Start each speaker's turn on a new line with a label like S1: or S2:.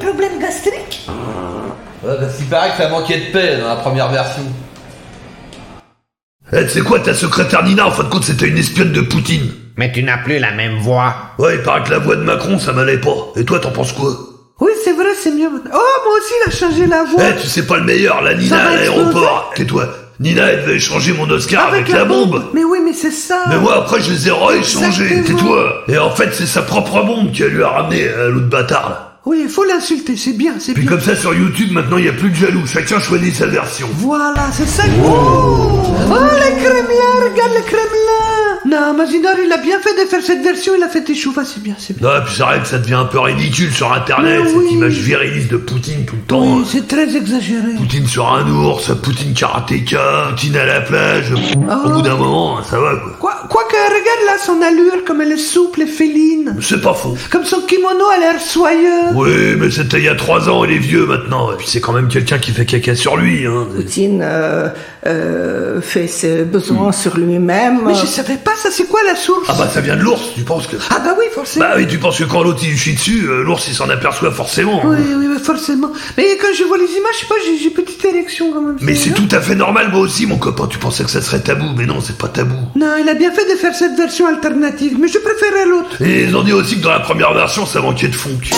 S1: problème gastrique
S2: Ouais, parce qu'il paraît que ça manquait de paix dans la première version.
S3: Eh, tu sais quoi, ta secrétaire Nina, en fin de compte, c'était une espionne de Poutine.
S4: Mais tu n'as plus la même voix.
S3: Ouais, il paraît que la voix de Macron, ça m'allait pas. Et toi, t'en penses quoi
S5: Oui, c'est vrai, c'est mieux. maintenant. Oh, moi aussi, il a changé la
S3: Eh,
S5: voix.
S3: tu sais pas le meilleur, la
S5: Ça
S3: Nina
S5: va
S3: à
S5: exploser.
S3: l'aéroport. Tais-toi. Nina, elle devait échanger mon Oscar avec, la bombe.
S5: Mais oui, mais c'est ça.
S3: Mais moi, après, je les ai rééchangés,
S5: Exactement.
S3: tais-toi. Et en fait, c'est sa propre bombe qu'elle lui a ramenée à l'autre bâtard, là.
S5: Oui, il faut l'insulter, c'est bien, c'est
S3: Puis
S5: bien.
S3: comme ça, sur YouTube, maintenant, il y a plus de jaloux. Chacun choisit sa version.
S5: Voilà, c'est ça. Oh, oh le Kremlin, regarde le Kremlin. Non, Mazinor, il a bien fait de faire cette version, il a fait échouva, c'est bien, c'est bien.
S3: Non, et puis ça arrive que ça devient un peu ridicule sur Internet,
S5: Mais
S3: cette
S5: oui.
S3: image viriliste de Poutine tout le temps. euh.
S5: Oui, c'est très exagéré.
S3: Poutine sur un ours, Poutine karatéka, Poutine à la plage. Au bout d'un moment, ça va, quoi.
S5: Quoi, quoi que, regarde là son allure, comme elle est souple et féline.
S3: C'est pas faux.
S5: Comme son kimono a l'air soyeux.
S3: Oui, mais c'était il y a trois ans, il est vieux maintenant. Et puis c'est quand même quelqu'un qui fait caca sur lui, hein.
S1: Poutine euh, euh, fait ses besoins sur lui-même.
S5: Mm. Mais je savais pas, ça c'est quoi la source
S3: Ah bah ça vient de l'ours, tu penses que...
S5: Ah bah oui, forcément.
S3: Bah oui, tu penses que quand l'autre il lui chie dessus, euh, l'ours il s'en aperçoit forcément. hein.
S5: Oui, oui, mais forcément. Mais quand je vois les images, je sais pas, j'ai j'ai petite érection quand même.
S3: Mais c'est
S5: bizarre.
S3: tout à fait normal, moi aussi, mon copain. Tu pensais que ça serait tabou, mais non, c'est pas tabou.
S5: Non, il a bien fait de faire cette version alternative, mais je préférais l'autre.
S3: Et ils ont dit aussi que dans la première version, ça manquait de funk.